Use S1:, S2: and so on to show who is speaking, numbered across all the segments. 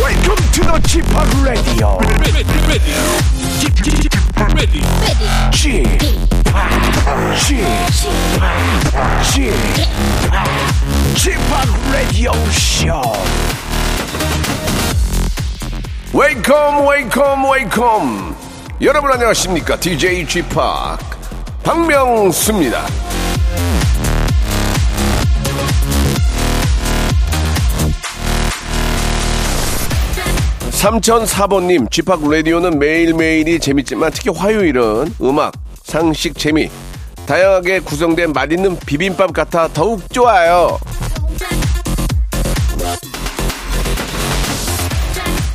S1: Welcome to the Chip Radio.
S2: ready, ready, ready, ready.
S1: Chip, Chip, Chip, Chip Radio Show.
S3: 웨이컴 웨이컴 웨이컴 여러분 안녕하십니까 DJ g p 박명수입니다 삼천 사번님 g p 라디오는 매일매일이 재밌지만 특히 화요일은 음악 상식 재미 다양하게 구성된 맛있는 비빔밥 같아 더욱 좋아요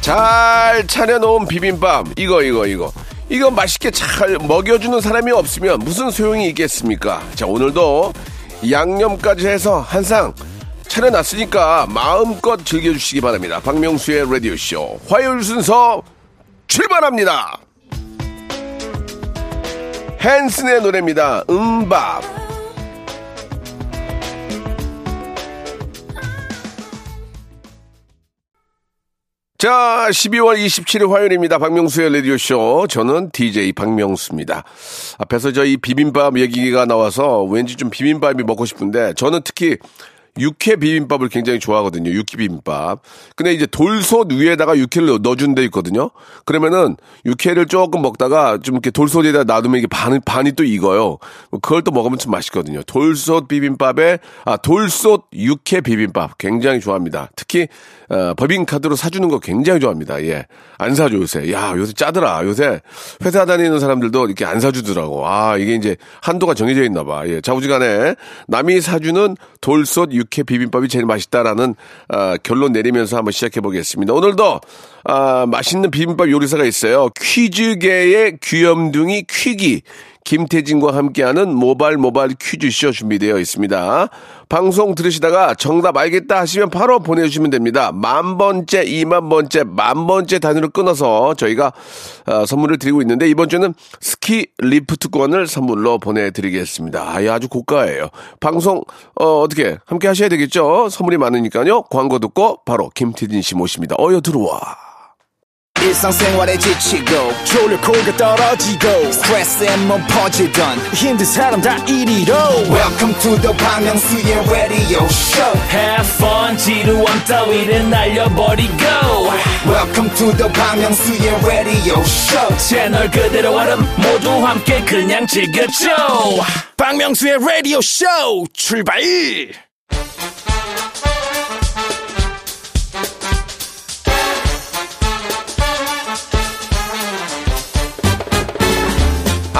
S3: 잘 차려놓은 비빔밥 이거 이거 이거 이거 맛있게 잘 먹여주는 사람이 없으면 무슨 소용이 있겠습니까 자 오늘도 양념까지 해서 한상 차려놨으니까 마음껏 즐겨주시기 바랍니다 박명수의 라디오쇼 화요일 순서 출발합니다 헨슨의 노래입니다 음밥 자, 12월 27일 화요일입니다. 박명수의 라디오쇼. 저는 DJ 박명수입니다. 앞에서 저희 비빔밥 얘기가 나와서 왠지 좀 비빔밥이 먹고 싶은데 저는 특히 육회 비빔밥을 굉장히 좋아하거든요. 육회 비빔밥. 근데 이제 돌솥 위에다가 육회를 넣어준 데 있거든요. 그러면은 육회를 조금 먹다가 좀 이렇게 돌솥에다 놔두면 이게 반, 반이 또 익어요. 그걸 또 먹으면 참 맛있거든요. 돌솥 비빔밥에, 아, 돌솥 육회 비빔밥. 굉장히 좋아합니다. 특히 어, 법인카드로 사주는 거 굉장히 좋아합니다. 예. 안 사줘, 요새. 야, 요새 짜더라. 요새 회사 다니는 사람들도 이렇게 안 사주더라고. 아, 이게 이제 한도가 정해져 있나 봐. 예. 자부지간에 남이 사주는 돌솥 육회 비빔밥이 제일 맛있다라는 아, 결론 내리면서 한번 시작해 보겠습니다. 오늘도 아, 맛있는 비빔밥 요리사가 있어요. 퀴즈계의 귀염둥이 퀴기. 김태진과 함께하는 모발 모발 퀴즈쇼 준비되어 있습니다. 방송 들으시다가 정답 알겠다 하시면 바로 보내주시면 됩니다. 만 번째, 이만 번째, 만 번째 단위로 끊어서 저희가 어, 선물을 드리고 있는데 이번 주는 스키 리프트권을 선물로 보내드리겠습니다. 아, 예, 아주 고가예요. 방송 어, 어떻게 함께 하셔야 되겠죠? 선물이 많으니까요. 광고 듣고 바로 김태진 씨 모십니다. 어여 들어와.
S4: 일상생활에 지치고,
S1: 졸려 코가 떨어지고
S4: 스트레스에 몸 퍼지던,
S1: 힘든 사람 다 이리로.
S4: welcome to the Bang Myung-soo's radio show
S5: Have fun 지루함 따위를 날려버리고
S4: welcome to the Bang Myung-soo's radio show
S5: 채널 그대로 얼음 모두 함께 그냥 즐겨줘
S1: 박명수의 라디오 쇼 출발.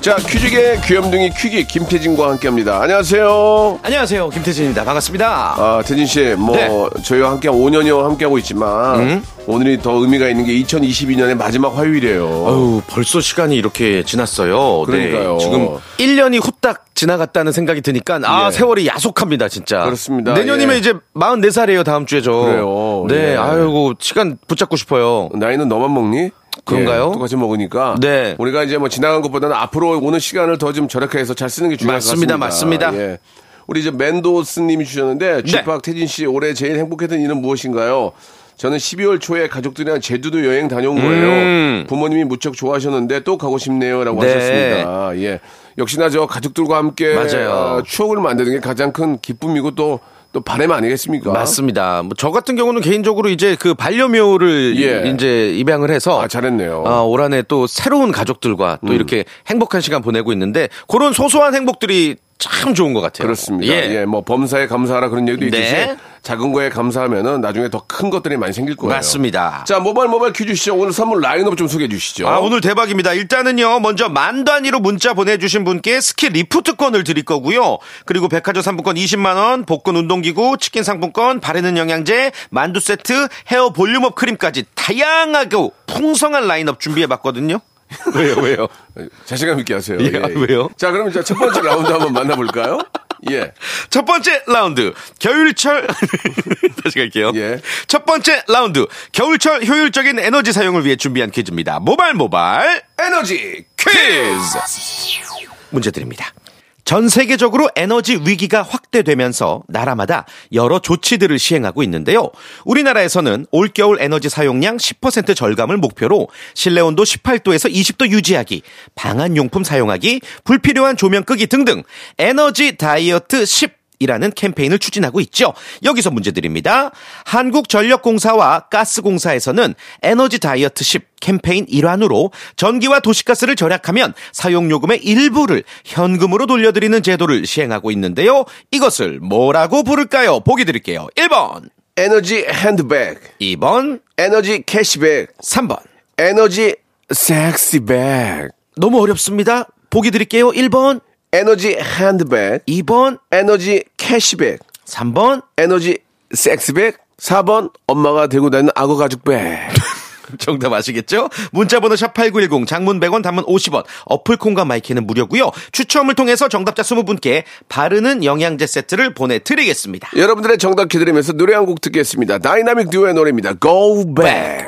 S3: 자 퀴즈계 귀염둥이 퀴기 김태진과 함께합니다. 안녕하세요.
S6: 안녕하세요. 김태진입니다. 반갑습니다.
S3: 아, 태진 씨, 뭐,
S6: 네.
S3: 저희와 함께 5년여 함께하고 있지만, 오늘이 더 의미가 있는 게 2022년의 마지막 화요일이에요.
S6: 어우, 벌써 시간이 이렇게 지났어요.
S3: 그러니까요.
S6: 네, 지금 1년이 후딱 지나갔다는 생각이 드니까, 아,
S3: 예.
S6: 세월이 야속합니다, 진짜.
S3: 그렇습니다.
S6: 내년이면
S3: 예.
S6: 이제 44살이에요, 다음 주에 저.
S3: 그래요.
S6: 네,
S3: 예.
S6: 아이고, 시간 붙잡고 싶어요.
S3: 나이는 너만 먹니?
S6: 그런가요?
S3: 예, 똑같이 먹으니까.
S6: 네.
S3: 우리가 이제 뭐 지나간 것보다는 앞으로 오는 시간을 더 좀 절약해서 잘 쓰는 게 중요할
S6: 맞습니다,
S3: 것 같습니다.
S6: 맞습니다. 네.
S3: 예. 우리 이제 멘도스님이 주셨는데 주박 태진 씨 올해 제일 행복했던 일은 무엇인가요? 저는 12월 초에 가족들이랑 제주도 여행 다녀온
S6: 음.
S3: 거예요. 부모님이 무척 좋아하셨는데 또 가고 싶네요라고
S6: 네.
S3: 하셨습니다. 예. 역시나 저 가족들과 함께
S6: 맞아요.
S3: 아, 추억을 만드는 게 가장 큰 기쁨이고 또 또 바램 아니겠습니까?
S6: 맞습니다. 뭐 저 같은 경우는 개인적으로 이제 그 반려묘를
S3: 예.
S6: 이제 입양을 해서
S3: 아, 잘했네요. 음.
S6: 아, 올 한해 또 새로운 가족들과 또 이렇게 행복한 시간 보내고 있는데 그런 소소한 행복들이 참 좋은 것 같아요.
S3: 그렇습니다.
S6: 예.
S3: 예. 뭐 범사에 감사하라 그런 얘기도
S6: 네.
S3: 있듯이 작은 거에 감사하면은 나중에 더 큰 것들이 많이 생길 거예요.
S6: 맞습니다.
S3: 자, 모바일 모바일 퀴즈 시죠 오늘 선물 라인업 좀 소개해 주시죠.
S6: 아, 오늘 대박입니다. 일단은요, 먼저 만 단위로 문자 보내주신 분께 스키 리프트권을 드릴 거고요. 그리고 백화점 상품권 20만원, 복근 운동기구, 치킨 상품권, 바르는 영양제, 만두 세트, 헤어 볼륨업 크림까지 다양하고 풍성한 라인업 준비해봤거든요. 왜요, 왜요?
S3: 자신감 있게 하세요.
S6: 예, 왜요?
S3: 자, 그럼 이제 첫 번째 라운드 한번 만나볼까요? 예.
S6: 첫 번째 라운드 겨울철 다시 갈게요.
S3: 예.
S6: 첫 번째 라운드 겨울철 효율적인 에너지 사용을 위해 준비한 퀴즈입니다. 모발 모발
S3: 에너지
S6: 퀴즈 문제 드립니다. 전 세계적으로 에너지 위기가 확대되면서 나라마다 여러 조치들을 시행하고 있는데요. 우리나라에서는 올겨울 에너지 사용량 10% 절감을 목표로 실내 온도 18도에서 20도 유지하기, 방한 용품 사용하기, 불필요한 조명 끄기 등등 에너지 다이어트 10 이라는 캠페인을 추진하고 있죠. 여기서 문제 드립니다. 한국전력공사와 가스공사에서는 에너지 다이어트 10 캠페인 일환으로 전기와 도시가스를 절약하면 사용요금의 일부를 현금으로 돌려드리는 제도를 시행하고 있는데요. 이것을 뭐라고 부를까요? 보기 드릴게요. 1번,
S3: 에너지 핸드백
S6: 2번,
S3: 에너지 캐시백
S6: 3번.
S3: 에너지 섹시백
S6: 너무 어렵습니다. 보기 드릴게요. 1번,
S3: 에너지 핸드백
S6: 2번,
S3: 에너지 캐시백
S6: 3번.
S3: 에너지 섹스백 4번 엄마가 들고 다니는 악어 가죽백
S6: 정답 아시겠죠? 문자번호 샵8910 장문 100원 단문 50원 어플콘과 마이키는 무료고요 추첨을 통해서 정답자 20분께 바르는 영양제 세트를 보내드리겠습니다
S3: 여러분들의 정답 기다리면서 노래 한 곡 듣겠습니다 다이나믹 듀오의 노래입니다 Go Back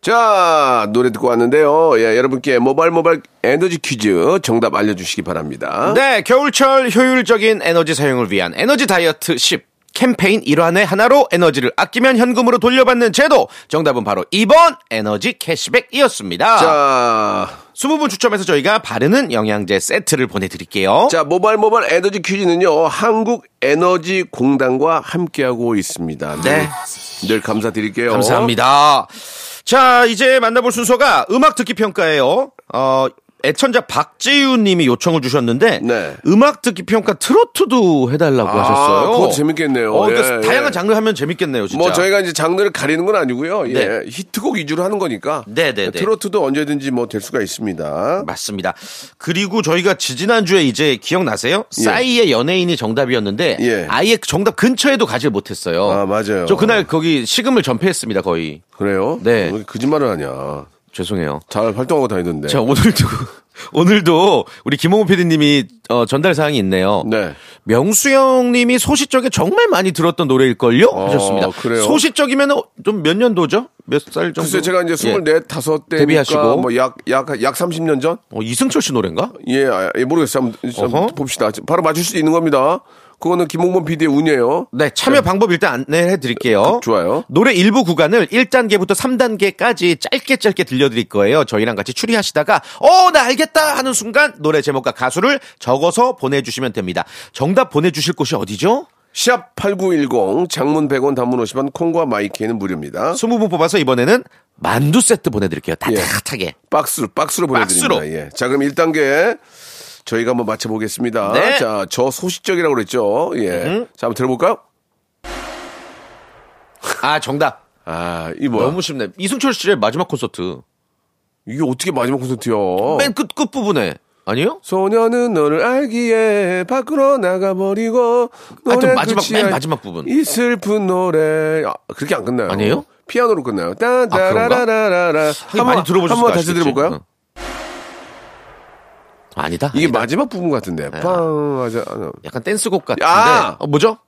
S3: 자 노래 듣고 왔는데요 예, 여러분께 모발 모발 에너지 퀴즈 정답 알려주시기 바랍니다
S6: 네 겨울철 효율적인 에너지 사용을 위한 에너지 다이어트 10 캠페인 일환의 하나로 에너지를 아끼면 현금으로 돌려받는 제도 정답은 바로 2번 에너지 캐시백이었습니다
S3: 자,
S6: 20분 추첨해서 저희가 바르는 영양제 세트를 보내드릴게요
S3: 자, 모발 모발 에너지 퀴즈는요, 한국에너지공단과 함께하고 있습니다.
S6: 네.
S3: 늘, 늘 감사드릴게요.
S6: 감사합니다. 자, 이제 만나볼 순서가 음악 듣기 평가예요. 어, 애청자 박재유 님이 요청을 주셨는데
S3: 네.
S6: 음악 듣기 평가 트로트도 해달라고
S3: 아,
S6: 하셨어요.
S3: 그거 재밌겠네요.
S6: 어, 그러니까
S3: 예,
S6: 다양한
S3: 예.
S6: 장르 하면 재밌겠네요, 진짜.
S3: 뭐 저희가 이제 장르를 가리는 건 아니고요. 예.
S6: 네.
S3: 히트곡 위주로 하는 거니까.
S6: 네, 네, 네.
S3: 트로트도 언제든지 뭐 될 수가 있습니다.
S6: 맞습니다. 그리고 저희가 지지난주에 이제 기억나세요? 싸이의 연예인이 정답이었는데
S3: 예.
S6: 아예 그 정답 근처에도 가질 못했어요.
S3: 아, 맞아요.
S6: 저 그날 거기 시금을 전폐했습니다, 거의.
S3: 그래요?
S6: 네.
S3: 왜 거짓말을 하냐.
S6: 죄송해요.
S3: 잘 활동하고 다니던데.
S6: 자, 오늘도, 오늘도 우리 김홍우 PD님이 어, 전달 사항이 있네요.
S3: 네.
S6: 명수형 님이 소시적에 정말 많이 들었던 노래일걸요? 하셨습니다.
S3: 어, 그래요?
S6: 소시적이면 좀 몇 년도죠? 몇 살 정도?
S3: 글쎄 제가 네. 이제
S6: 예.
S3: 24, 5 때.
S6: 데뷔하시고.
S3: 뭐약 약 약 30년 전?
S6: 어, 이승철 씨 노래인가?
S3: 예, 아, 예, 모르겠어요. 한번, 한번
S6: 어허.
S3: 봅시다. 바로 맞출 수 있는 겁니다. 그거는 김홍범 PD의 운이에요.
S6: 네, 참여 방법 일단 안내해 드릴게요.
S3: 좋아요.
S6: 노래 일부 구간을 1단계부터 3단계까지 짧게 짧게 들려드릴 거예요. 저희랑 같이 추리하시다가, 어, 나 알겠다! 하는 순간 노래 제목과 가수를 적어서 보내주시면 됩니다. 정답 보내주실 곳이 어디죠?
S3: 샵 8910 장문 100원 단문 50원 콩과 마이키는 무료입니다.
S6: 20분 뽑아서 이번에는 만두 세트 보내드릴게요. 따뜻하게.
S3: 박스로 박스로 보내드립니다.
S6: 박스로.
S3: 예. 자 그럼 1단계 저희가 한번 맞춰보겠습니다.
S6: 네.
S3: 자 저 소시적이라고 그랬죠. 예. 자 한번 들어볼까요?
S6: 아, 정답.
S3: 아이 뭐야?
S6: 너무 쉽네. 이승철 씨의 마지막 콘서트.
S3: 이게 어떻게 마지막 콘서트야?
S6: 맨 끝, 끝부분에. 아니요?
S3: 소녀는 너를 알기에 밖으로 나가버리고
S6: 하여튼
S3: 노래
S6: 마지막,
S3: 끝이
S6: 맨
S3: 아니-
S6: 마지막 부분.
S3: 이 슬픈 노래 아, 그렇게 안 끝나요
S6: 아니에요?
S3: 피아노로 끝나요 따라라라라라
S6: 한번 많이 들어보셨을
S3: 한번
S6: 거
S3: 다시
S6: 아시겠지?
S3: 들어볼까요?
S6: 응. 아니다.
S3: 이게
S6: 아니다. 네.
S3: 마지막 부분 같은데 빵 하자
S6: 약간 댄스곡 같은데.
S3: 야!
S6: 어, 뭐죠?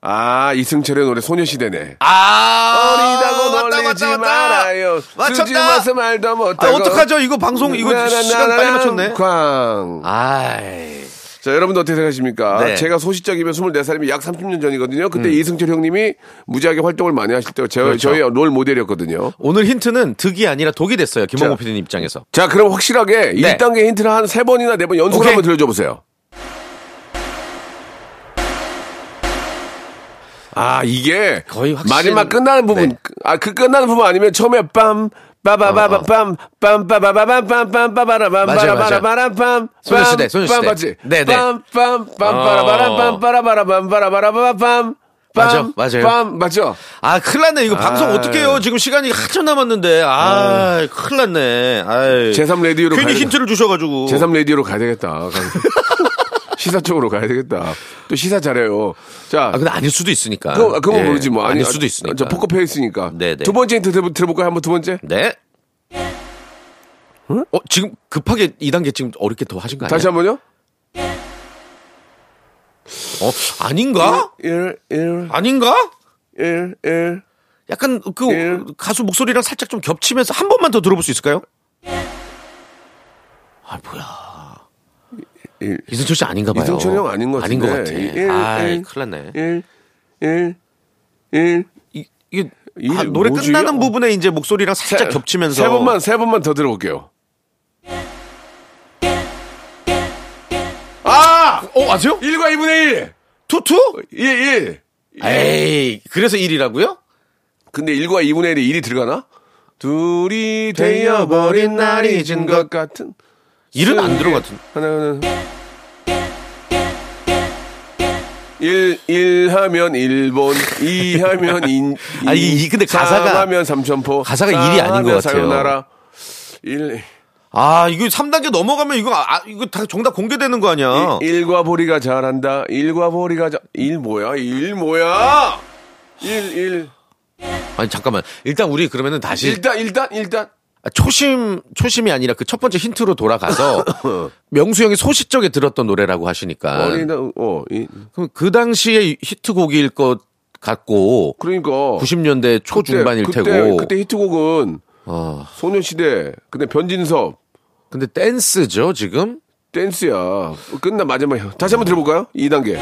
S3: 아 이승철의 노래 소녀시대네
S6: 아!
S3: 어리다고 놀리지 말아요 쓰지
S6: 맞췄다!
S3: 마서 말도
S6: 아,
S3: 못하고
S6: 어떡하죠? 이거 방송, 이거 시간 빨리 맞췄네.
S3: 광.
S6: 아이.
S3: 자, 여러분들 어떻게 생각하십니까?
S6: 네. 음.
S3: 제가 소시적이면 24살이면 약 30년 전이거든요. 그때 이승철 형님이 무지하게 활동을 많이 하실 때 저,
S6: 그렇죠.
S3: 저희 롤 모델이었거든요.
S6: 오늘 힌트는 득이 아니라 독이 됐어요. 김홍호
S3: 자.
S6: PD님 입장에서.
S3: 자, 그럼 확실하게
S6: 네.
S3: 1단계 힌트를 한 3번이나 4번 연속으로
S6: 오케이.
S3: 한번 들려줘 보세요. 아, 이게
S6: 거의 확실-
S3: 마지막 끝나는 부분
S6: 네.
S3: 아, 그 끝나는 부분 아니면 처음에 빰
S6: 어, 어.
S3: 빠바바바밤 빰빠바바밤빰빰빠바라밤
S6: 맞아요, 맞아요.
S3: 빠라바라밤빰
S6: 소녀시대, 소녀시대.
S3: 빰 맞지?
S6: 네, 네.
S3: 빰빰 빰빠라바람 빰빠라바라밤 빠라바라바밤
S6: 맞아,
S3: 빰,
S6: 맞아요.
S3: 빰 맞죠?
S6: 아, 큰일 났네. 이거 방송
S3: 예.
S6: 어떡해요. 지금 시간이 한참 남았는데. 아, 큰일 났네. 아이.
S3: 제3 레디오로
S6: 괜히
S3: 가야-
S6: 힌트를 주셔가지고.
S3: 제3 레디오로 가야 되겠다. 시사 쪽으로 가야 되겠다. 또 시사 잘해요. 자,
S6: 아, 근데 아닐 수도 있으니까.
S3: 그건, 그건
S6: 예.
S3: 모르지 뭐.
S6: 아닐 수도 있으니까.
S3: 저 포커페이 있으니까.
S6: 네네.
S3: 두 번째 힌트 들어- 들어볼까요? 한번 두 번째?
S6: 네. 어, 지금 급하게 2단계 지금 어렵게 더 하신 거 아니에요?
S3: 다시 한 번요?
S6: 어, 아닌가?
S3: 1, 1,
S6: 아닌가?
S3: 1, 1.
S6: 약간 그
S3: 예.
S6: 가수 목소리랑 살짝 좀 겹치면서 한 번만 더 들어볼 수 있을까요? 아 뭐야
S3: 일.
S6: 이승철 씨 아닌가 봐요.
S3: 예. 이승철 형 아닌 것
S6: 아닌 것 같아.
S3: 같은데. 예, 일,
S6: 아
S3: 일.
S6: 큰일 났네.
S3: 1, 1, 1.
S6: 이, 이게
S3: 예, 이게
S6: 아, 노래
S3: 뭐지? 어.
S6: 끝나는 부분에 이제 목소리랑 살짝 겹치면서
S3: 세 번만, 세 번만 더 들어볼게요. 아!
S6: 어 아세요?
S3: 1과 2분의 1!
S6: 투투?
S3: 1, 1!
S6: 에이 그래서 1이라고요?
S3: 근데 1과 2분의 1이 1이 들어가나? 둘이 되어버린 날이 진것 같은.
S6: 1은 안 들어갔던.
S3: 하나는. 1, 1 하면 일본, 2 하면 인.
S6: 아, 이- 이 근데 가사가-
S3: 3 하면 삼천포.
S6: 가사가
S3: 사
S6: 일이 아닌 것
S3: 하면
S6: 같아요.
S3: 사요나라. 1,
S6: 아 이거 3단계 넘어가면 이거 아 이거 다 정답 공개되는 거 아니야?
S3: 1과 보리가 잘한다. 1과 보리가 잘. 1 뭐야? 1 뭐야? 1, 1.
S6: 아니 잠깐만 일단 우리 그러면은 다시
S3: 일단, 일단, 일단.
S6: 아, 초심 초심이 아니라 그 첫 번째 힌트로 돌아가서 명수 형이 소식 적에 들었던 노래라고 하시니까
S3: 어린이나, 어, 이,
S6: 그럼 그 당시에 히트곡일 것 같고
S3: 그러니까.
S6: 90년대 초중반일
S3: 그때,
S6: 테고
S3: 그때 히트곡은
S6: 어,
S3: 소녀시대, 근데 변진섭,
S6: 근데 댄스죠 지금
S3: 댄스야. 끝나 마지막에. 다시 한번 들어볼까요? 2단계.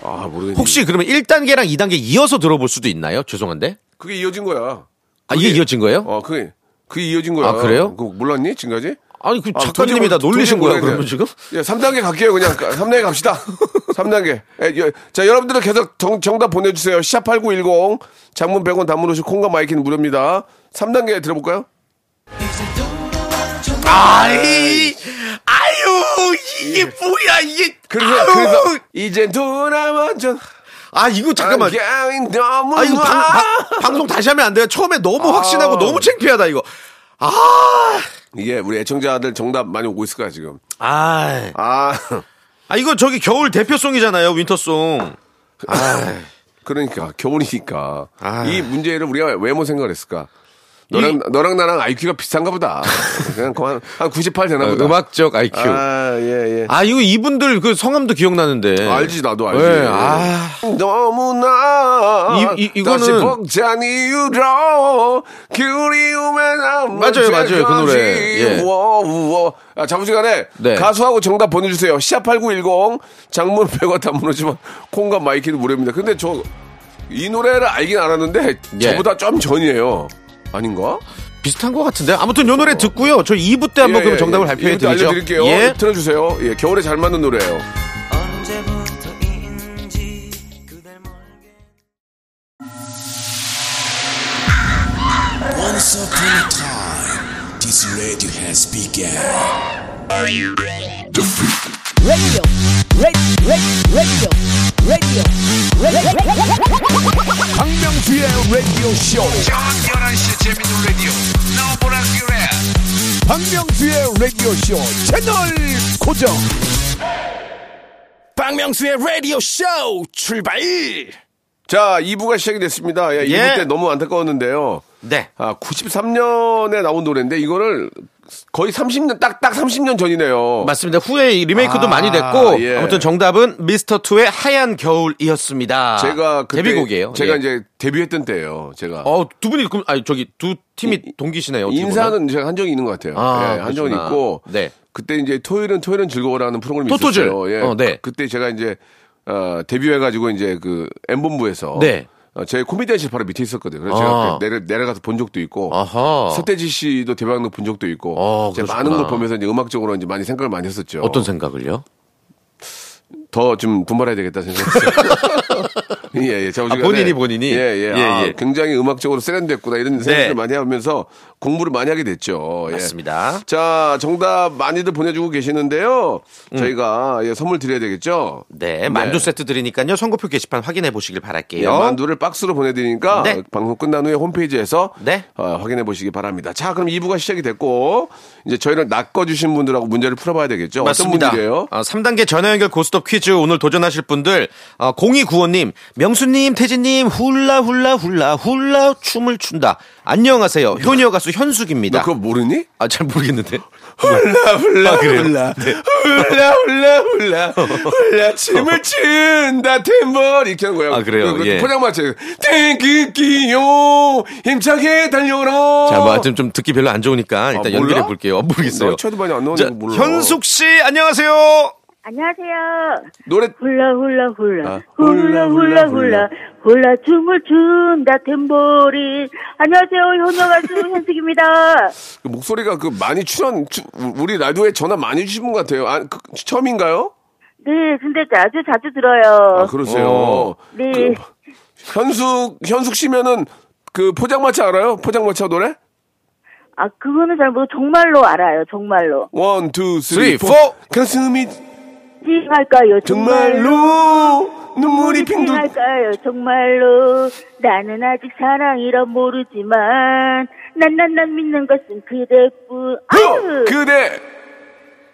S3: 아, 모르겠네.
S6: 혹시 그러면 1단계랑 2단계 이어서 들어볼 수도 있나요 죄송한데
S3: 그게 이어진 거야.
S6: 아 이게 이어진 거예요
S3: 어, 그게. 그게 이어진 거야.
S6: 아, 그래요?
S3: 그거 몰랐니? 지금까지?
S6: 아니 그
S3: 아,
S6: 작가님이
S3: 도저히
S6: 다
S3: 도저히
S6: 놀리신
S3: 모르겠네.
S6: 거야 그러면 지금
S3: 예, 3단계 갈게요, 그냥. 3단계 갑시다. 3단계. 자, 여러분들은 계속 정, 정답 보내주세요. 샵8910. 장문 100원 단문 오시 콩과 마이킹 무료입니다. 3단계 들어볼까요?
S6: 아이 아유 이게 뭐야 이게
S3: 그래서, 그래서. 이젠 돌아와줘.
S6: 아 이거 잠깐만
S3: 안경이 너무
S6: 아, 이거 방,
S3: 와.
S6: 방- 방송 다시 하면 안 돼요. 처음에
S3: 아.
S6: 너무 확신하고 너무 창피하다, 이거. 아,
S3: 이게 우리 애청자들 정답 많이 오고 있을 거야 지금.
S6: 아,
S3: 아
S6: 아, 이거 저기 겨울 대표송이잖아요, 윈터송. 아,
S3: 그러니까 겨울이니까
S6: 아.
S3: 이 문제를 우리가 왜 못 생각했을까? 너랑 너랑 나랑 IQ가 비슷한가 보다. 그냥 그만 한98 되나 보다.
S6: 어, 음악적 IQ. 아,
S3: 아예 예.
S6: 이거 이분들 그 성함도 기억나는데.
S3: 아, 알지 나도 알지.
S6: 예, 네. 아.
S3: 너무나
S6: 이- 이- 이거는-
S3: 다시 벅찬 이유로 그리움에 남은
S6: 맞아요,
S3: 제
S6: 맞아요, 그 노래. 예.
S3: 우와, 우와. 아, 자부시간에
S6: 네.
S3: 가수하고 정답 보내주세요. 시합 8910 장문 100원 단문오지만 콩과 마이키는 무료입니다. 근데 저 이 노래를 알긴 알았는데
S6: 예.
S3: 저보다 좀 전이에요. 아닌가?
S6: 비슷한 것 같은데. 아무튼 요 노래 듣고요. 저 2부 때 한번
S3: 예,
S6: 그럼
S3: 예,
S6: 정답을
S3: 예.
S6: 발표해
S3: 이것도
S6: 드리죠.
S3: 알려드릴게요.
S6: 예.
S3: 틀어주세요. 예, 겨울에 잘 맞는 노래예요.
S1: 박명수의 라디오 쇼. 저녁 11시 재밌는 라디오. 박명수의 라디오 쇼 채널 고정. 박명수의 라디오 쇼 출발.
S3: 자, 2부가 시작이 됐습니다. 예, 2부
S6: 예.
S3: 때 너무 안타까웠는데요.
S6: 네.
S3: 아, 93년에 나온 노래인데 이거를 거의 30년 딱 딱 30년 전이네요.
S6: 맞습니다. 후에 이 리메이크도
S3: 어. 아,
S6: 많이 됐고
S3: 예.
S6: 아무튼 정답은 미스터 투의 하얀 겨울이었습니다.
S3: 제가 그때
S6: 아, 데뷔곡이에요.
S3: 제가
S6: 예.
S3: 이제 데뷔했던 때예요. 제가
S6: 어, 두 분이 그럼 아니 저기 두 팀이 동기시네요. 어떻게 보면.
S3: 인사는 제가 한 적이 있는 것 같아요.
S6: 아,
S3: 예, 한 적은
S6: 그렇구나.
S3: 있고
S6: 네.
S3: 그때 이제 토요일은 토요일은 즐거워라는 프로그램이
S6: 토토즐.
S3: 있었어요. 예.
S6: 어, 네.
S3: 그- 그때 제가 이제 어, 데뷔해가지고 이제 그 M본부에서
S6: 네.
S3: 어, 제 코미디언실 바로 밑에 있었거든요. 그래서
S6: 아.
S3: 제가 그 내려, 내려가서 본 적도 있고
S6: 아하.
S3: 서태지 씨도 대박로 본 적도 있고
S6: 아,
S3: 제가
S6: 그러셨구나.
S3: 많은 걸 보면서 이제 음악적으로 이제 많이 생각을 많이 했었죠.
S6: 어떤 생각을요?
S3: 더 좀 분발해야 되겠다 생각했어요. 예, 예. 자,
S6: 아, 본인이, 본인이?
S3: 예, 예.
S6: 예,
S3: 아,
S6: 예. 네.
S3: 굉장히 음악적으로 세련됐구나 이런 생각을 많이 하면서 공부를 많이 하게 됐죠. 예.
S6: 맞습니다.
S3: 자, 정답 많이들 보내주고 계시는데요. 저희가 예, 선물 드려야 되겠죠.
S6: 음. 네, 만두 세트 드리니까요. 선거표 게시판 확인해 보시길
S3: 예,
S6: 바랄게요.
S3: 만두를 박스로 보내드리니까
S6: 네.
S3: 방송 끝난 후에 홈페이지에서
S6: 네.
S3: 어, 확인해 보시기 바랍니다. 자, 그럼 2부가 시작이 됐고 이제 저희를 낚아주신 분들하고 문제를 풀어봐야 되겠죠.
S6: 맞습니다.
S3: 어떤 분들이에요?
S6: 아, 3단계 전화 연결 고스톱 퀴즈 퀴즈 오늘 도전하실 분들 어, 0295님, 명수님, 태진님 훌라 훌라 훌라 훌라 춤을 춘다. 안녕하세요. 효녀 가수 현숙입니다.
S3: 나 그거 모르니?
S6: 아, 잘 모르겠는데.
S3: 훌라 훌라
S6: 아, 그래요? 네.
S3: 훌라 훌라 훌라 훌라 훌라 춤을 춘다 탬버 이렇게 하는 거야.
S6: 어. 아, 그래요?
S3: 그, 그,
S6: 예.
S3: 포장마차에서 탱기기요 힘차게 달려라.
S6: 자, 뭐좀 좀 듣기 별로 안 좋으니까 일단
S3: 몰라?
S6: 연결해 볼게요. 아, 모르겠어요.
S3: 나 쳐도 많이 안 나오는
S6: 자,
S3: 거 몰라.
S6: 현숙 씨, 안녕하세요.
S7: 안녕하세요.
S3: 노래
S7: 훌라 훌라 훌라
S3: 아,
S7: 훌라
S3: 훌라,
S7: 훌라 훌라 훌라 춤을 춘다 탬보리 안녕하세요 현역 가수 현숙입니다.
S3: 그 목소리가 그 많이 출연 추- 우리 라디오에 전화 많이 주신 분 같아요. 아, 그, 처음인가요?
S7: 네 근데 아주 자주
S3: 아
S7: 들어요.
S3: 그러세요.
S6: 어.
S7: 네
S3: 현숙 현숙 씨면은 그 포장마차 알아요? 포장마차 노래?
S7: 아 그거는 잘 모르고 정말로 알아요 정말로
S3: 원, 투, 쓰리,
S6: Three,
S3: 포.
S6: four.
S3: 가슴이
S7: 찡할까요 정말로
S3: 정말로 눈물이 핑 돌.
S7: 찡할까요 정말로 나는 아직 사랑이라 모르지만 난 난 난 믿는 것은 그대뿐 아유
S3: 그대.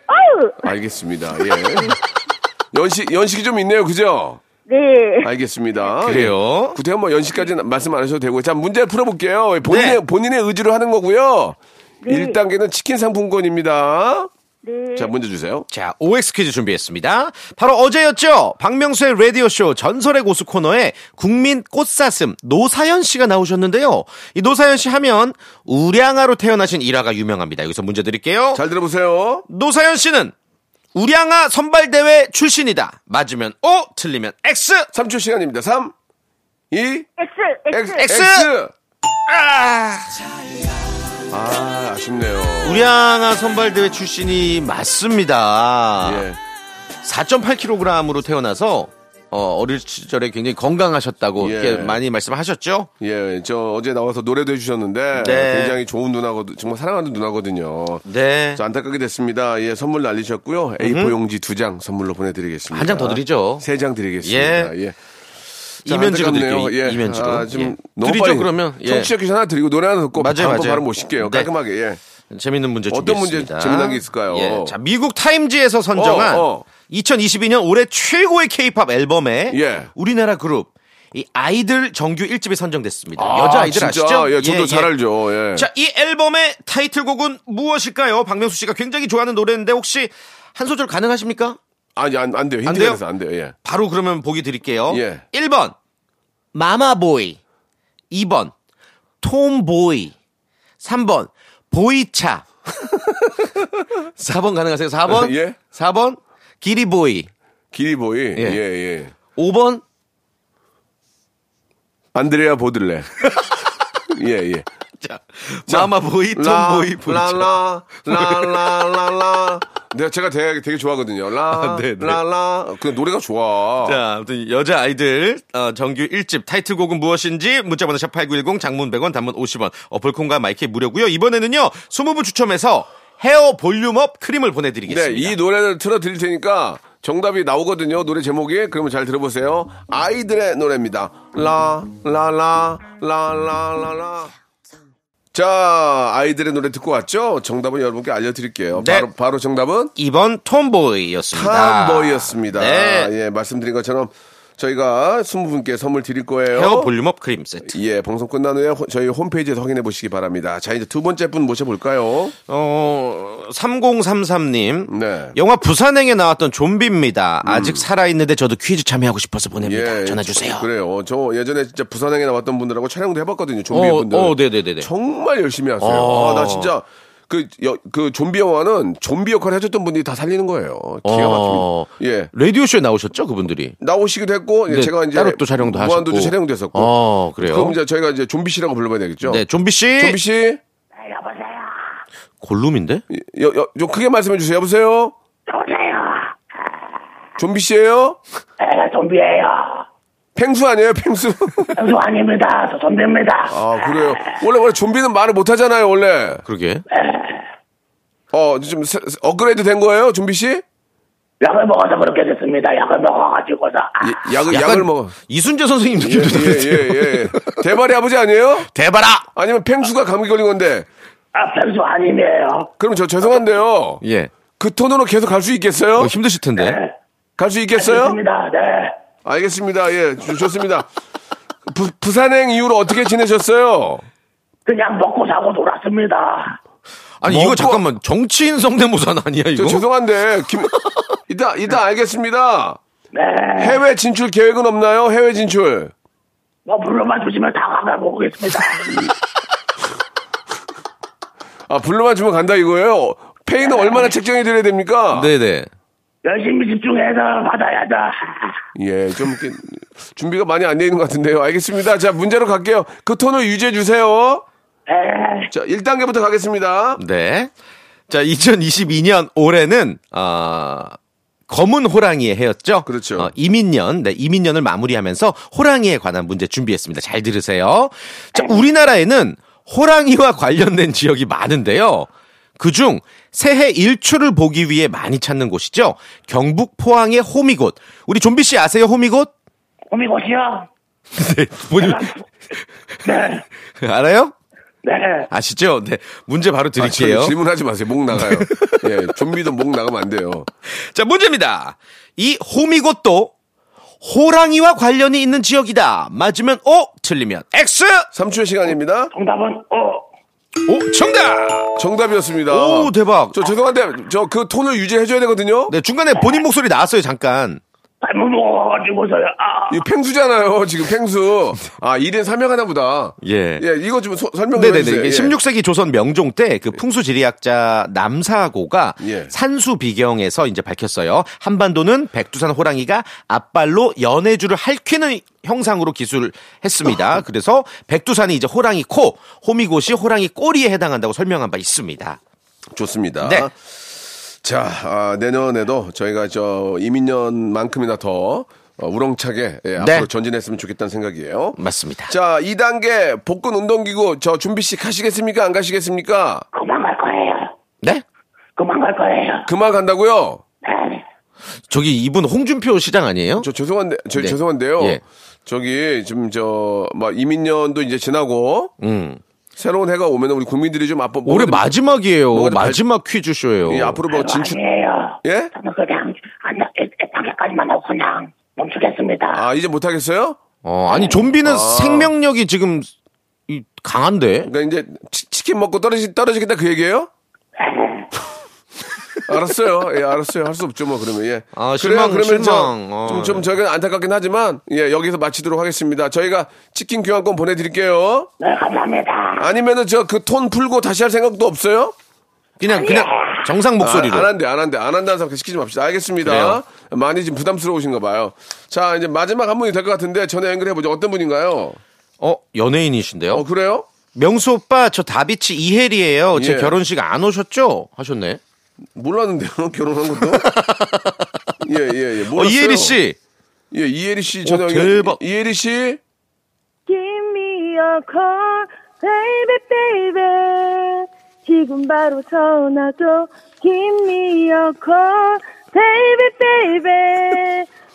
S7: 아유
S3: 알겠습니다. 예. 연식 연식이 좀 있네요, 그죠?
S7: 네
S3: 알겠습니다. 예.
S6: 그래요.
S3: 구태 한번 연식까지는 말씀 안 하셔도 되고, 자 문제 풀어볼게요. 예, 본인의
S6: 네.
S3: 본인의 의지로 하는 거고요.
S7: 네.
S3: 일 1단계는 치킨 상품권입니다.
S7: 네.
S3: 자 문제 주세요.
S6: 자, OX 퀴즈 준비했습니다. 바로 어제였죠. 박명수의 라디오쇼 전설의 고수 코너에 국민 꽃사슴 노사연 씨가 나오셨는데요. 이 노사연 씨 하면 우량아로 태어나신 일화가 유명합니다. 여기서 문제 드릴게요.
S3: 잘 들어보세요.
S6: 노사연 씨는 우량아 선발대회 출신이다. 맞으면 O, 틀리면 X.
S3: 3초 시간입니다. 3, 2,
S7: 엑스
S3: X,
S7: 엑스
S6: X.
S3: 아, 아쉽네요.
S6: 우량아 선발대회 출신이 맞습니다.
S3: 예.
S6: 4.8kg으로 태어나서 어, 어릴 시절에 굉장히 건강하셨다고
S3: 예.
S6: 이렇게 많이 말씀하셨죠?
S3: 예, 저 어제 나와서 노래도 해주셨는데
S6: 네.
S3: 굉장히 좋은 누나거든, 정말 사랑하는 누나거든요.
S6: 네.
S3: 자, 안타깝게 됐습니다. 예, 선물 날리셨고요. A4 용지 두 장 선물로 보내드리겠습니다.
S6: 한 장 더 드리죠.
S3: 세 장 드리겠습니다.
S6: 예.
S3: 예. 자,
S6: 이면지로
S3: 안타깝네요.
S6: 드릴게요. 이-
S3: 예.
S6: 이면지로.
S3: 아, 지금
S6: 예.
S3: 너무
S6: 드리죠
S3: 빨리
S6: 그러면. 예.
S3: 청취자 퀴즈 하나 드리고 노래 하나 듣고
S6: 맞아요,
S3: 다음 거
S6: 맞아요.
S3: 바로 모실게요.
S6: 네.
S3: 깔끔하게. 예.
S6: 재밌는 문제
S3: 어떤
S6: 준비했습니다. 예.
S3: 문제 재미난 게 있을까요?
S6: 자, 미국 타임지에서 선정한
S3: 어, 어.
S6: 2022년 올해 최고의 케이팝 앨범에
S3: 예.
S6: 우리나라 그룹 이 아이들 정규 1집이 선정됐습니다.
S3: 아,
S6: 여자 아이들
S3: 진짜?
S6: 아시죠?
S3: 예, 저도 잘 알죠. 예.
S6: 자, 이 앨범의 타이틀곡은 무엇일까요? 박명수 씨가 굉장히 좋아하는 노래인데 혹시 한 소절 가능하십니까?
S3: 아니, 안, 안 돼요.
S6: 안
S3: 힌트가
S6: 돼요?
S3: 돼서 안 돼요. 예.
S6: 바로 그러면 보기 드릴게요.
S3: 예.
S6: 1번 마마보이 2번 톰보이 3번 보이차 4번 가능하세요? 4번
S3: 예.
S6: 4번 기리보이
S3: 기리보이. 예,
S6: 예.
S3: 예.
S6: 5번
S3: 안드레아 보들레. 예, 예.
S6: 자, 마마보이
S3: 라,
S6: 톰보이
S3: 라,
S6: 보이차
S3: 라, 라, 라, 라, 라. 내가 제가 되게, 되게 좋아하거든요. 라,
S6: 아, 네, 네.
S3: 라, 라. 그 노래가 좋아.
S6: 자, 아무튼 여자 아이들 어, 정규 1집 타이틀곡은 무엇인지 문자번호 샵8910 장문 100원 단문 50원 어플콘과 마이크 무료고요. 이번에는요. 20분 추첨해서 헤어 볼륨업 크림을
S3: 네,
S6: 보내드리겠습니다.
S3: 이 노래를 틀어드릴 테니까 정답이 나오거든요. 노래 제목이. 그러면 잘 들어보세요. 아이들의 노래입니다. 라, 라, 라, 라, 라, 라, 라. 자, 아이들의 노래 듣고 왔죠? 정답은 여러분께 알려드릴게요.
S6: 네.
S3: 바로, 바로 정답은
S6: 2번 톰보이였습니다.
S3: 탐보이였습니다.
S6: 네.
S3: 예, 말씀드린 것처럼 저희가 20분께 선물 드릴 거예요.
S6: 헤어 볼륨업 크림 세트.
S3: 예, 방송 끝난 후에 호- 저희 홈페이지에서 확인해 보시기 바랍니다. 자, 이제 두 번째 분 모셔볼까요?
S6: 어, 3033님.
S3: 네. 음.
S6: 영화 부산행에 나왔던 좀비입니다. 아직 살아있는데 저도 퀴즈 참여하고 싶어서 보냅니다.
S3: 예,
S6: 전화주세요.
S3: 저- 그래요. 저 예전에 진짜 부산행에 나왔던 분들하고 촬영도 해봤거든요. 좀비
S6: 어,
S3: 분들.
S6: 어, 네네네네.
S3: 정말 열심히 하세요.
S6: 어.
S3: 아, 나 진짜 그, 여- 그 좀비 영화는 좀비 역할을 해줬던 분들이 다 살리는 거예요. 기가
S6: 어,
S3: 막힙니다. 예.
S6: 라디오쇼에 나오셨죠? 그분들이.
S3: 나오시기도 했고 예,
S6: 네,
S3: 제가 이제
S6: 따로 또 촬영도
S3: 무한도전
S6: 하셨고.
S3: 촬영도 했었고.
S6: 어, 그래요?
S3: 그럼 이제 저희가 이제 좀비 씨라고 불러봐야 되겠죠.
S6: 네, 좀비 씨.
S3: 좀비 씨,
S6: 골룸인데?
S3: 여, 여, 좀 크게 말씀해 주세요. 여보세요. 좀비 씨예요?
S8: 에, 좀비예요.
S3: 펭수 아니에요, 펭수?
S8: 선수 아닙니다. 저 좀비입니다.
S3: 아 그래요. 원래 원래 좀비는 말을 못 하잖아요, 원래.
S6: 그러게.
S3: 어좀 업그레이드 된 거예요, 좀비 씨?
S8: 약을 먹어서 그렇게 됐습니다. 약을 먹어가지고서. 아,
S3: 예, 약을
S6: 약간
S3: 약을 먹어.
S6: 이순재 선생님
S3: 예,
S6: 느낌도
S3: 예,
S6: 들었어요.
S3: 예, 예. 대발이 아버지 아니에요?
S6: 대바라!
S3: 아니면 펭수가 감기 걸린 건데.
S8: 아, 선수 아니에요.
S3: 그럼 저 죄송한데요.
S6: 예.
S3: 그 톤으로 계속 갈 수 있겠어요?
S6: 어, 힘드실 텐데.
S3: 갈 수 있겠어요?
S8: 좋습니다. 네.
S3: 알겠습니다. 예, 좋- 좋습니다. 부, 부산행 이후로 어떻게 지내셨어요?
S8: 그냥 먹고 사고 놀았습니다.
S6: 아니
S3: 먹고-
S6: 이거 잠깐만 정치인 성대모사는 아니야
S3: 저
S6: 이거?
S3: 뭐 죄송한데 김 이따 이따 알겠습니다.
S8: 네.
S3: 해외 진출 계획은 없나요? 해외 진출.
S8: 뭐 불러만 주시면 다 가고 오겠습니다.
S3: 아 불러만 주면 간다 이거예요. 페이는 얼마나 책정해 드려야 됩니까?
S6: 네네.
S8: 열심히 집중해서 받아야 다
S3: 예, 좀 이렇게 준비가 많이 안 돼 있는 것 같은데요. 알겠습니다. 자, 문제로 갈게요. 그 톤을 유지해 주세요.
S8: 네.
S3: 자, 1단계부터 가겠습니다.
S6: 네. 자 2022년 올해는 아 검은 호랑이의 해였죠.
S3: 그렇죠.
S6: 어, 이민년, 네, 이민년을 마무리하면서 호랑이에 관한 문제 준비했습니다. 잘 들으세요. 자, 우리나라에는 호랑이와 관련된 지역이 많은데요. 그중 새해 일출을 보기 위해 많이 찾는 곳이죠. 경북 포항의 호미곶. 우리 좀비 씨 아세요, 호미곶?
S8: 호미곶이요?
S6: 네, 본인
S8: 네.
S6: 알아요?
S8: 네.
S6: 아시죠? 네, 문제 바로
S3: 아,
S6: 드릴게요.
S3: 저 질문하지 마세요. 목 나가요. 예, 좀비도 목 나가면 안 돼요.
S6: 자, 문제입니다. 이 호미곶도 호랑이와 관련이 있는 지역이다. 맞으면 O, 틀리면 X.
S3: 3초의 시간입니다.
S8: 정답은 어.
S6: 오, 정답.
S3: 정답이었습니다.
S6: 오, 대박.
S3: 저 죄송한데 저 그 톤을 유지해 줘야 되거든요.
S6: 네, 중간에 본인 목소리 나왔어요, 잠깐.
S8: 잘못 먹어가지고서요. 아.
S3: 이 팽수잖아요. 지금 팽수. 아, 1인 3명 하나 보다.
S6: 예.
S3: 예, 이거 좀 소- 설명 좀
S6: 네네네.
S3: 해 주세요. 예.
S6: 이게 16세기 조선 명종 때 그 풍수지리학자 남사고가
S3: 예.
S6: 산수 비경에서 이제 밝혔어요. 한반도는 백두산 호랑이가 앞발로 연해주를 핥히는 형상으로 기술했습니다. 그래서 백두산이 이제 호랑이 코, 호미곶이 호랑이 꼬리에 해당한다고 설명한 바 있습니다.
S3: 좋습니다.
S6: 네.
S3: 자, 아, 내년에도 저희가 저 이민년만큼이나 더 어, 우렁차게
S6: 네.
S3: 예, 앞으로 전진했으면 좋겠다는 생각이에요.
S6: 맞습니다.
S3: 자, 2단계 복근 운동기구 저 준비씨 가시겠습니까? 안 가시겠습니까?
S8: 그만 갈 거예요.
S6: 네?
S8: 그만 갈 거예요.
S3: 그만 간다고요?
S8: 네.
S6: 저기 이분 홍준표 시장 아니에요?
S3: 저 죄송한데 저
S6: 네.
S3: 죄송한데요.
S6: 예.
S3: 저기 지금 저막 이민년도 이제 지나고
S6: 음.
S3: 새로운 해가 오면 우리 국민들이 좀 앞으로
S6: 올해 마지막이에요.
S3: 뭐가 좀 발-
S6: 마지막 퀴즈쇼예요.
S3: 예, 앞으로 뭐 진출
S8: 아니에요.
S3: 예?
S8: 저는 그냥 한 단- 일- 일 단계까지만 하고 그냥 멈추겠습니다.
S3: 아 이제 못 하겠어요?
S6: 어, 아니 좀비는 생명력이 지금 이- 강한데.
S3: 그러니까 이제 치, 치킨 먹고 떨어지 떨어지겠다 그 얘기예요? 알았어요. 예, 알았어요. 할 수 없죠, 뭐 그러면 예.
S6: 아,
S3: 그래요.
S6: 실망,
S3: 그러면 저-
S6: 실망. 어,
S3: 좀,
S6: 예.
S3: 좀 저희가 안타깝긴 하지만 예 여기서 마치도록 하겠습니다. 저희가 치킨 교환권 보내드릴게요.
S8: 네, 감사합니다.
S3: 아니면은 저 그 톤 풀고 다시 할 생각도 없어요?
S6: 그냥 그냥 정상 목소리로.
S3: 아, 안 한대, 안 한대, 안 한다는 사람 시키지 맙시다. 알겠습니다.
S6: 그래요.
S3: 많이 지금 부담스러우신가 봐요. 자, 이제 마지막 한 분이 될 것 같은데 전화 연결해보죠. 어떤 분인가요?
S6: 어, 연예인이신데요.
S3: 어, 그래요?
S6: 명수 오빠 저 다비치 이혜리예요. 제
S3: 예.
S6: 결혼식 안 오셨죠? 하셨네. 어,
S3: 몰랐는데요, 결혼한 것도? 예, 예, 예.
S6: 어,
S3: 몰랐어요.
S6: 이혜리 씨.
S3: 예, 이혜리 씨 전화
S6: 오,
S3: 연결.
S6: 대박.
S3: 이혜리 씨?
S7: Give me a call, baby, baby. 지금 바로 전화줘. Give me a call, baby, baby.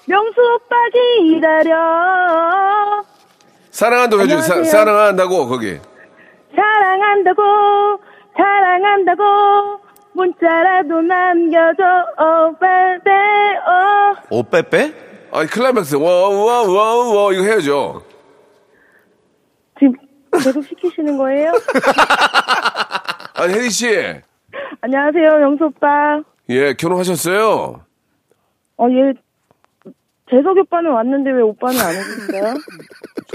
S7: 명수 오빠 기다려.
S3: 사랑한다고 해줘. 사,
S7: 안녕하세요.
S3: 사랑한다고, 거기.
S7: 사랑한다고, 사랑한다고. 문자라도 남겨줘, oh, baby, oh.
S6: 오빼빼?
S3: 아니, 클라이맥스. 와, 와, 와, 와. 이거 해야죠.
S7: 지금 계속 시키시는 거예요?
S3: 아니, 혜리 씨.
S7: 안녕하세요, 명수 오빠.
S3: 예, 결혼하셨어요?
S7: 어, 얘, 재석 오빠는 왔는데 왜 오빠는 안 오셨어요?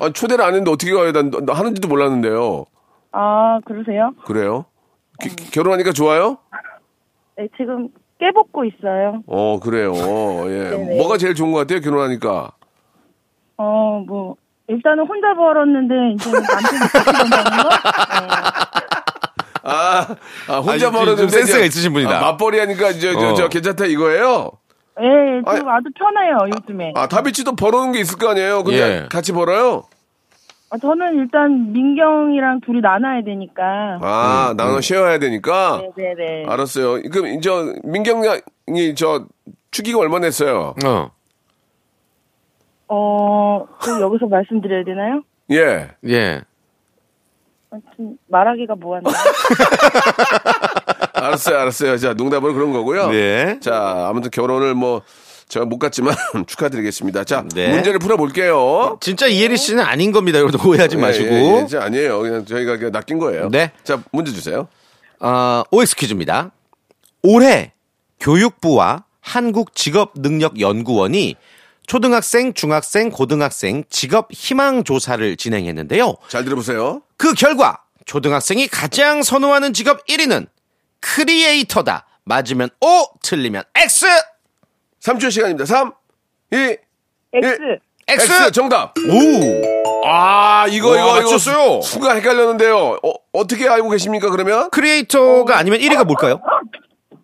S3: 아, 초대를 안 했는데 어떻게 가요? 난 나- 하는지도 몰랐는데요.
S7: 아, 그러세요?
S3: 그래요? 기- 기- 결혼하니까 좋아요?
S7: 네, 지금 깨볶고 있어요.
S3: 어, 그래요. 어, 예.
S7: 네,
S3: 뭐가 제일 좋은 것 같아요, 결혼하니까?
S7: 어, 뭐, 일단은 혼자 벌었는데, 이제 남편이 같이 번다는 거?
S3: 아, 아 혼자
S6: 아, 좀-
S3: 벌었는데.
S6: 좀 센스가
S3: 이제-
S6: 있으신 분이다.
S3: 아, 맞벌이 하니까, 이제, 저,
S6: 어.
S3: 저, 괜찮다 이거예요?
S7: 예, 네, 지금
S3: 아니-
S7: 아주 편해요, 요즘에.
S3: 아, 다비치도 벌어놓은 게 있을 거 아니에요? 근데
S6: 예.
S3: 같이 벌어요?
S7: 아, 저는 일단 민경이랑 둘이 나눠야 되니까.
S3: 아,
S6: 음,
S3: 나눠 쉬어야 되니까?
S7: 네네네.
S3: 알았어요. 그럼, 이제, 민경이, 저, 축의금 얼마 냈어요?
S6: 어.
S7: 어, 그럼 여기서 말씀드려야 되나요?
S3: 예.
S6: 예.
S7: 하여튼 말하기가 뭐하네.
S3: 알았어요, 알았어요. 자, 농담으로 그런 거고요.
S6: 네.
S3: 자, 아무튼 결혼을 뭐, 제가 못 갔지만 축하드리겠습니다. 자,
S6: 네.
S3: 문제를 풀어볼게요.
S6: 진짜 이혜리 씨는 아닌 겁니다. 여러분 오해하지 마시고.
S3: 예, 예, 예. 이제 아니에요. 그냥 저희가 그냥 낚인 거예요.
S6: 네.
S3: 자, 문제 주세요.
S6: 어, OX 퀴즈입니다. 올해 교육부와 한국직업능력연구원이 초등학생, 중학생, 고등학생 직업 희망 조사를 진행했는데요.
S3: 잘 들어보세요.
S6: 그 결과 초등학생이 가장 선호하는 직업 1위는 크리에이터다. 맞으면 O, 틀리면 X.
S3: 3초 시간입니다. 3, 2, 예.
S7: X.
S6: X.
S3: X 정답.
S6: 오.
S3: 아, 이거,
S6: 와,
S3: 이거, 이거.
S6: 맞췄어요.
S3: 순간 헷갈렸는데요. 어, 어떻게 알고 계십니까, 그러면?
S6: 크리에이터가 아니면 1위가 뭘까요?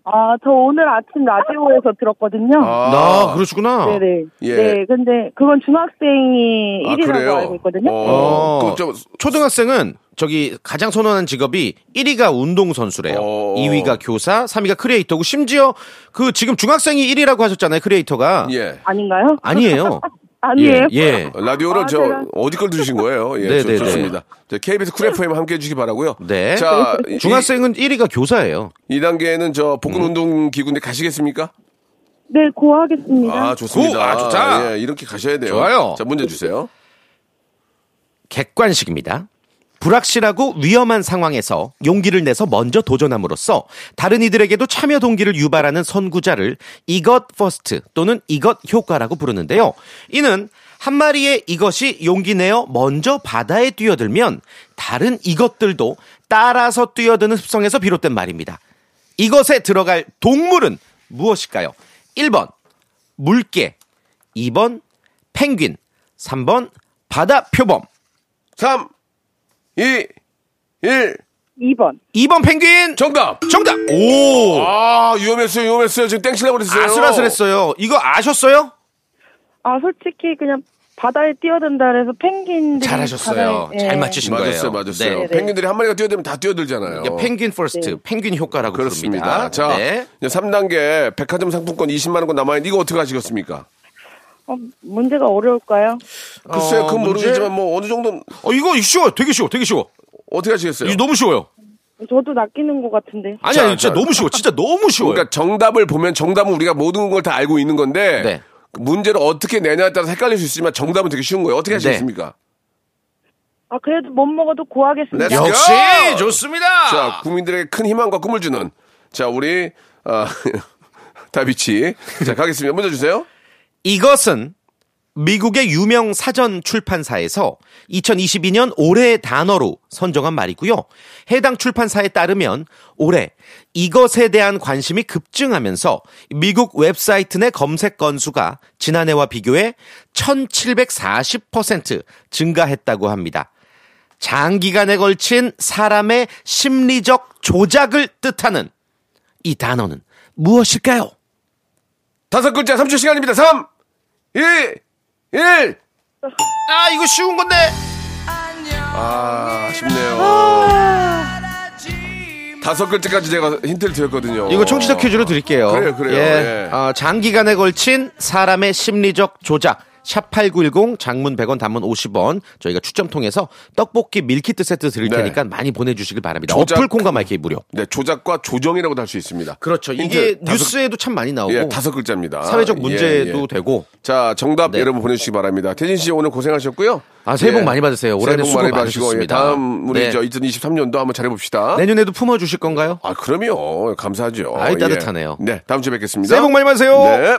S7: 아, 저 오늘 아침 라디오에서 들었거든요.
S6: 아, 그러시구나.
S7: 네네.
S3: 예.
S7: 네, 근데 그건 중학생이
S3: 아,
S7: 1위라고
S3: 그래요?
S7: 알고 있거든요.
S3: 어,
S6: 어.
S3: 그럼 좀
S6: 초등학생은 저기 가장 선호하는 직업이 1위가 운동선수래요.
S3: 어.
S6: 2위가 교사, 3위가 크리에이터고 심지어 그 지금 중학생이 1위라고 하셨잖아요. 크리에이터가.
S3: 예.
S7: 아닌가요?
S6: 아니에요.
S7: 아니에요.
S6: 예. 예.
S3: 라디오를
S7: 아,
S3: 저
S7: 제가-
S3: 어디 걸 들으신 거예요? 예,
S6: 네,
S3: 좋-
S6: 네, 네.
S3: 좋습니다. 자, KBS 쿨 FM 함께 해주시기 바라고요.
S6: 네.
S3: 자,
S6: 중학생은 음. 1위가 교사예요.
S3: 이, 이 단계는 저 복근 운동 기구인데 가시겠습니까?
S7: 네, 고하겠습니다.
S3: 아 좋습니다.
S6: 고! 아, 좋다.
S3: 예, 이렇게 가셔야 돼요.
S6: 좋아요.
S3: 자 문제 주세요.
S6: 객관식입니다. 불확실하고 위험한 상황에서 용기를 내서 먼저 도전함으로써 다른 이들에게도 참여 동기를 유발하는 선구자를 이것 퍼스트 또는 이것 효과라고 부르는데요. 이는 한 마리의 이것이 용기 내어 먼저 바다에 뛰어들면 다른 이것들도 따라서 뛰어드는 습성에서 비롯된 말입니다. 이것에 들어갈 동물은 무엇일까요? 1번 물개 2번 펭귄 3번 바다 표범
S3: 3, 2, 1
S7: 2번.
S6: 2번 펭귄
S3: 정답.
S6: 정답 오
S3: 아 위험했어요, 위험했어요. 지금 땡칠라고 그랬어요.
S6: 아슬아슬했어요 이거 아셨어요?
S7: 아, 솔직히 그냥 바다에 뛰어든다 그래서 펭귄.
S6: 잘하셨어요 잘 맞추신
S3: 맞았어요,
S6: 거예요
S3: 맞았어요.
S6: 네.
S3: 펭귄들이 한 마리가 뛰어들면 다 뛰어들잖아요.
S6: 이게 펭귄 퍼스트 펭귄 효과라고
S3: 그렇습니다.
S6: 부릅니다
S3: 자,
S6: 네.
S3: 이제 3단계 백화점 상품권 20만 원권 남아 있는데 이거 어떻게 하시겠습니까?
S7: 어, 문제가 어려울까요?
S3: 글쎄요,
S6: 어,
S3: 그건
S6: 문제?
S3: 모르겠지만 뭐 어느 정도
S6: 어, 이거 쉬워요 되게 쉬워 되게 쉬워
S3: 어떻게 하시겠어요?
S6: 이거 너무 쉬워요
S7: 저도 낚이는 것 같은데.
S6: 아니
S3: 자,
S6: 아니 진짜
S3: 자.
S6: 너무 쉬워 진짜 너무 쉬워요
S3: 그러니까 정답을 보면 정답은 우리가 모든 걸 다 알고 있는 건데
S6: 네.
S3: 그 문제를 어떻게 내냐에 따라서 헷갈릴 수 있지만 정답은 되게 쉬운 거예요.
S6: 네.
S3: 어떻게 하시겠습니까?
S7: 아, 그래도 못 먹어도 고하겠습니다.
S3: 렛츠 고!
S6: 역시 좋습니다
S3: 자, 국민들에게 큰 희망과 꿈을 주는 자 우리 아, 다비치 자 가겠습니다. 먼저 주세요.
S6: 이것은 미국의 유명 사전 출판사에서 2022년 올해의 단어로 선정한 말이고요. 해당 출판사에 따르면 올해 이것에 대한 관심이 급증하면서 미국 웹사이트 내 검색 건수가 지난해와 비교해 1740% 증가했다고 합니다. 장기간에 걸친 사람의 심리적 조작을 뜻하는 이 단어는 무엇일까요?
S3: 다섯 글자 3초 시간입니다. 3, 2, 1
S6: 아, 이거 쉬운 건데.
S3: 아쉽네요. 다섯 글자까지 제가 힌트를 드렸거든요.
S6: 이거 청취자 퀴즈로 드릴게요.
S3: 어. 그래요, 그래요.
S6: 예.
S3: 예.
S6: 어, 장기간에 걸친 사람의 심리적 조작. 샵8910 장문 100원 단문 50원 저희가 추첨 통해서 떡볶이 밀키트 세트 드릴
S3: 네.
S6: 테니까 많이 보내주시길 바랍니다.
S3: 조작-
S6: 어플 콩과 마이크 무료.
S3: 네, 조작과 조정이라고도 할 수 있습니다.
S6: 그렇죠.
S3: 힌트
S6: 이게
S3: 다섯-
S6: 뉴스에도 참 많이 나오고
S3: 예, 다섯 글자입니다.
S6: 사회적
S3: 예,
S6: 문제도
S3: 예.
S6: 되고
S3: 자, 정답
S6: 네.
S3: 여러분 보내주시기 바랍니다. 태진 씨 오늘 고생하셨고요. 예.
S6: 아, 새해 복 많이 받으세요. 올
S3: 새해
S6: 한해
S3: 복
S6: 수고
S3: 많이 받으시고 예,
S6: 많으셨습니다.
S3: 다음 우리
S6: 네.
S3: 저 2023년도 한번 잘해봅시다.
S6: 내년에도 품어주실 건가요?
S3: 아, 그럼요. 감사하죠.
S6: 아이, 따뜻하네요.
S3: 예. 네, 다음 주에 뵙겠습니다.
S6: 새해 복 많이 받으세요.
S3: 네.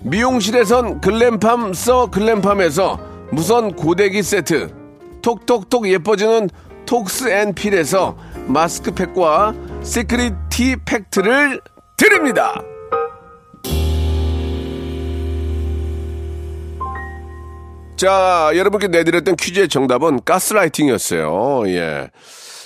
S3: 미용실에선 글램팜 써 글램팜에서 무선 고데기 세트 톡톡톡 예뻐지는 톡스앤필에서 마스크팩과 시크릿 티 팩트를 드립니다 자, 여러분께 내드렸던 퀴즈의 정답은 가스라이팅이었어요. 예.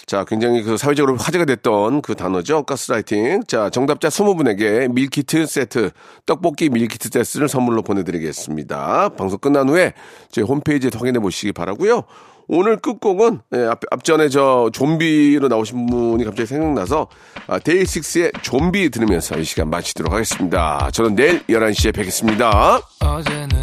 S3: 자, 굉장히 그 사회적으로 화제가 됐던 그 단어죠. 가스라이팅. 자, 정답자 20분에게 밀키트 세트, 떡볶이 밀키트 세트를 선물로 보내드리겠습니다. 방송 끝난 후에 저희 홈페이지에 확인해 보시기 바라고요 오늘 끝곡은, 예, 앞, 앞전에 저 좀비로 나오신 분이 갑자기 생각나서, 아, 데이식스의 좀비 들으면서 이 시간 마치도록 하겠습니다. 저는 내일 11시에 뵙겠습니다.
S9: 어제는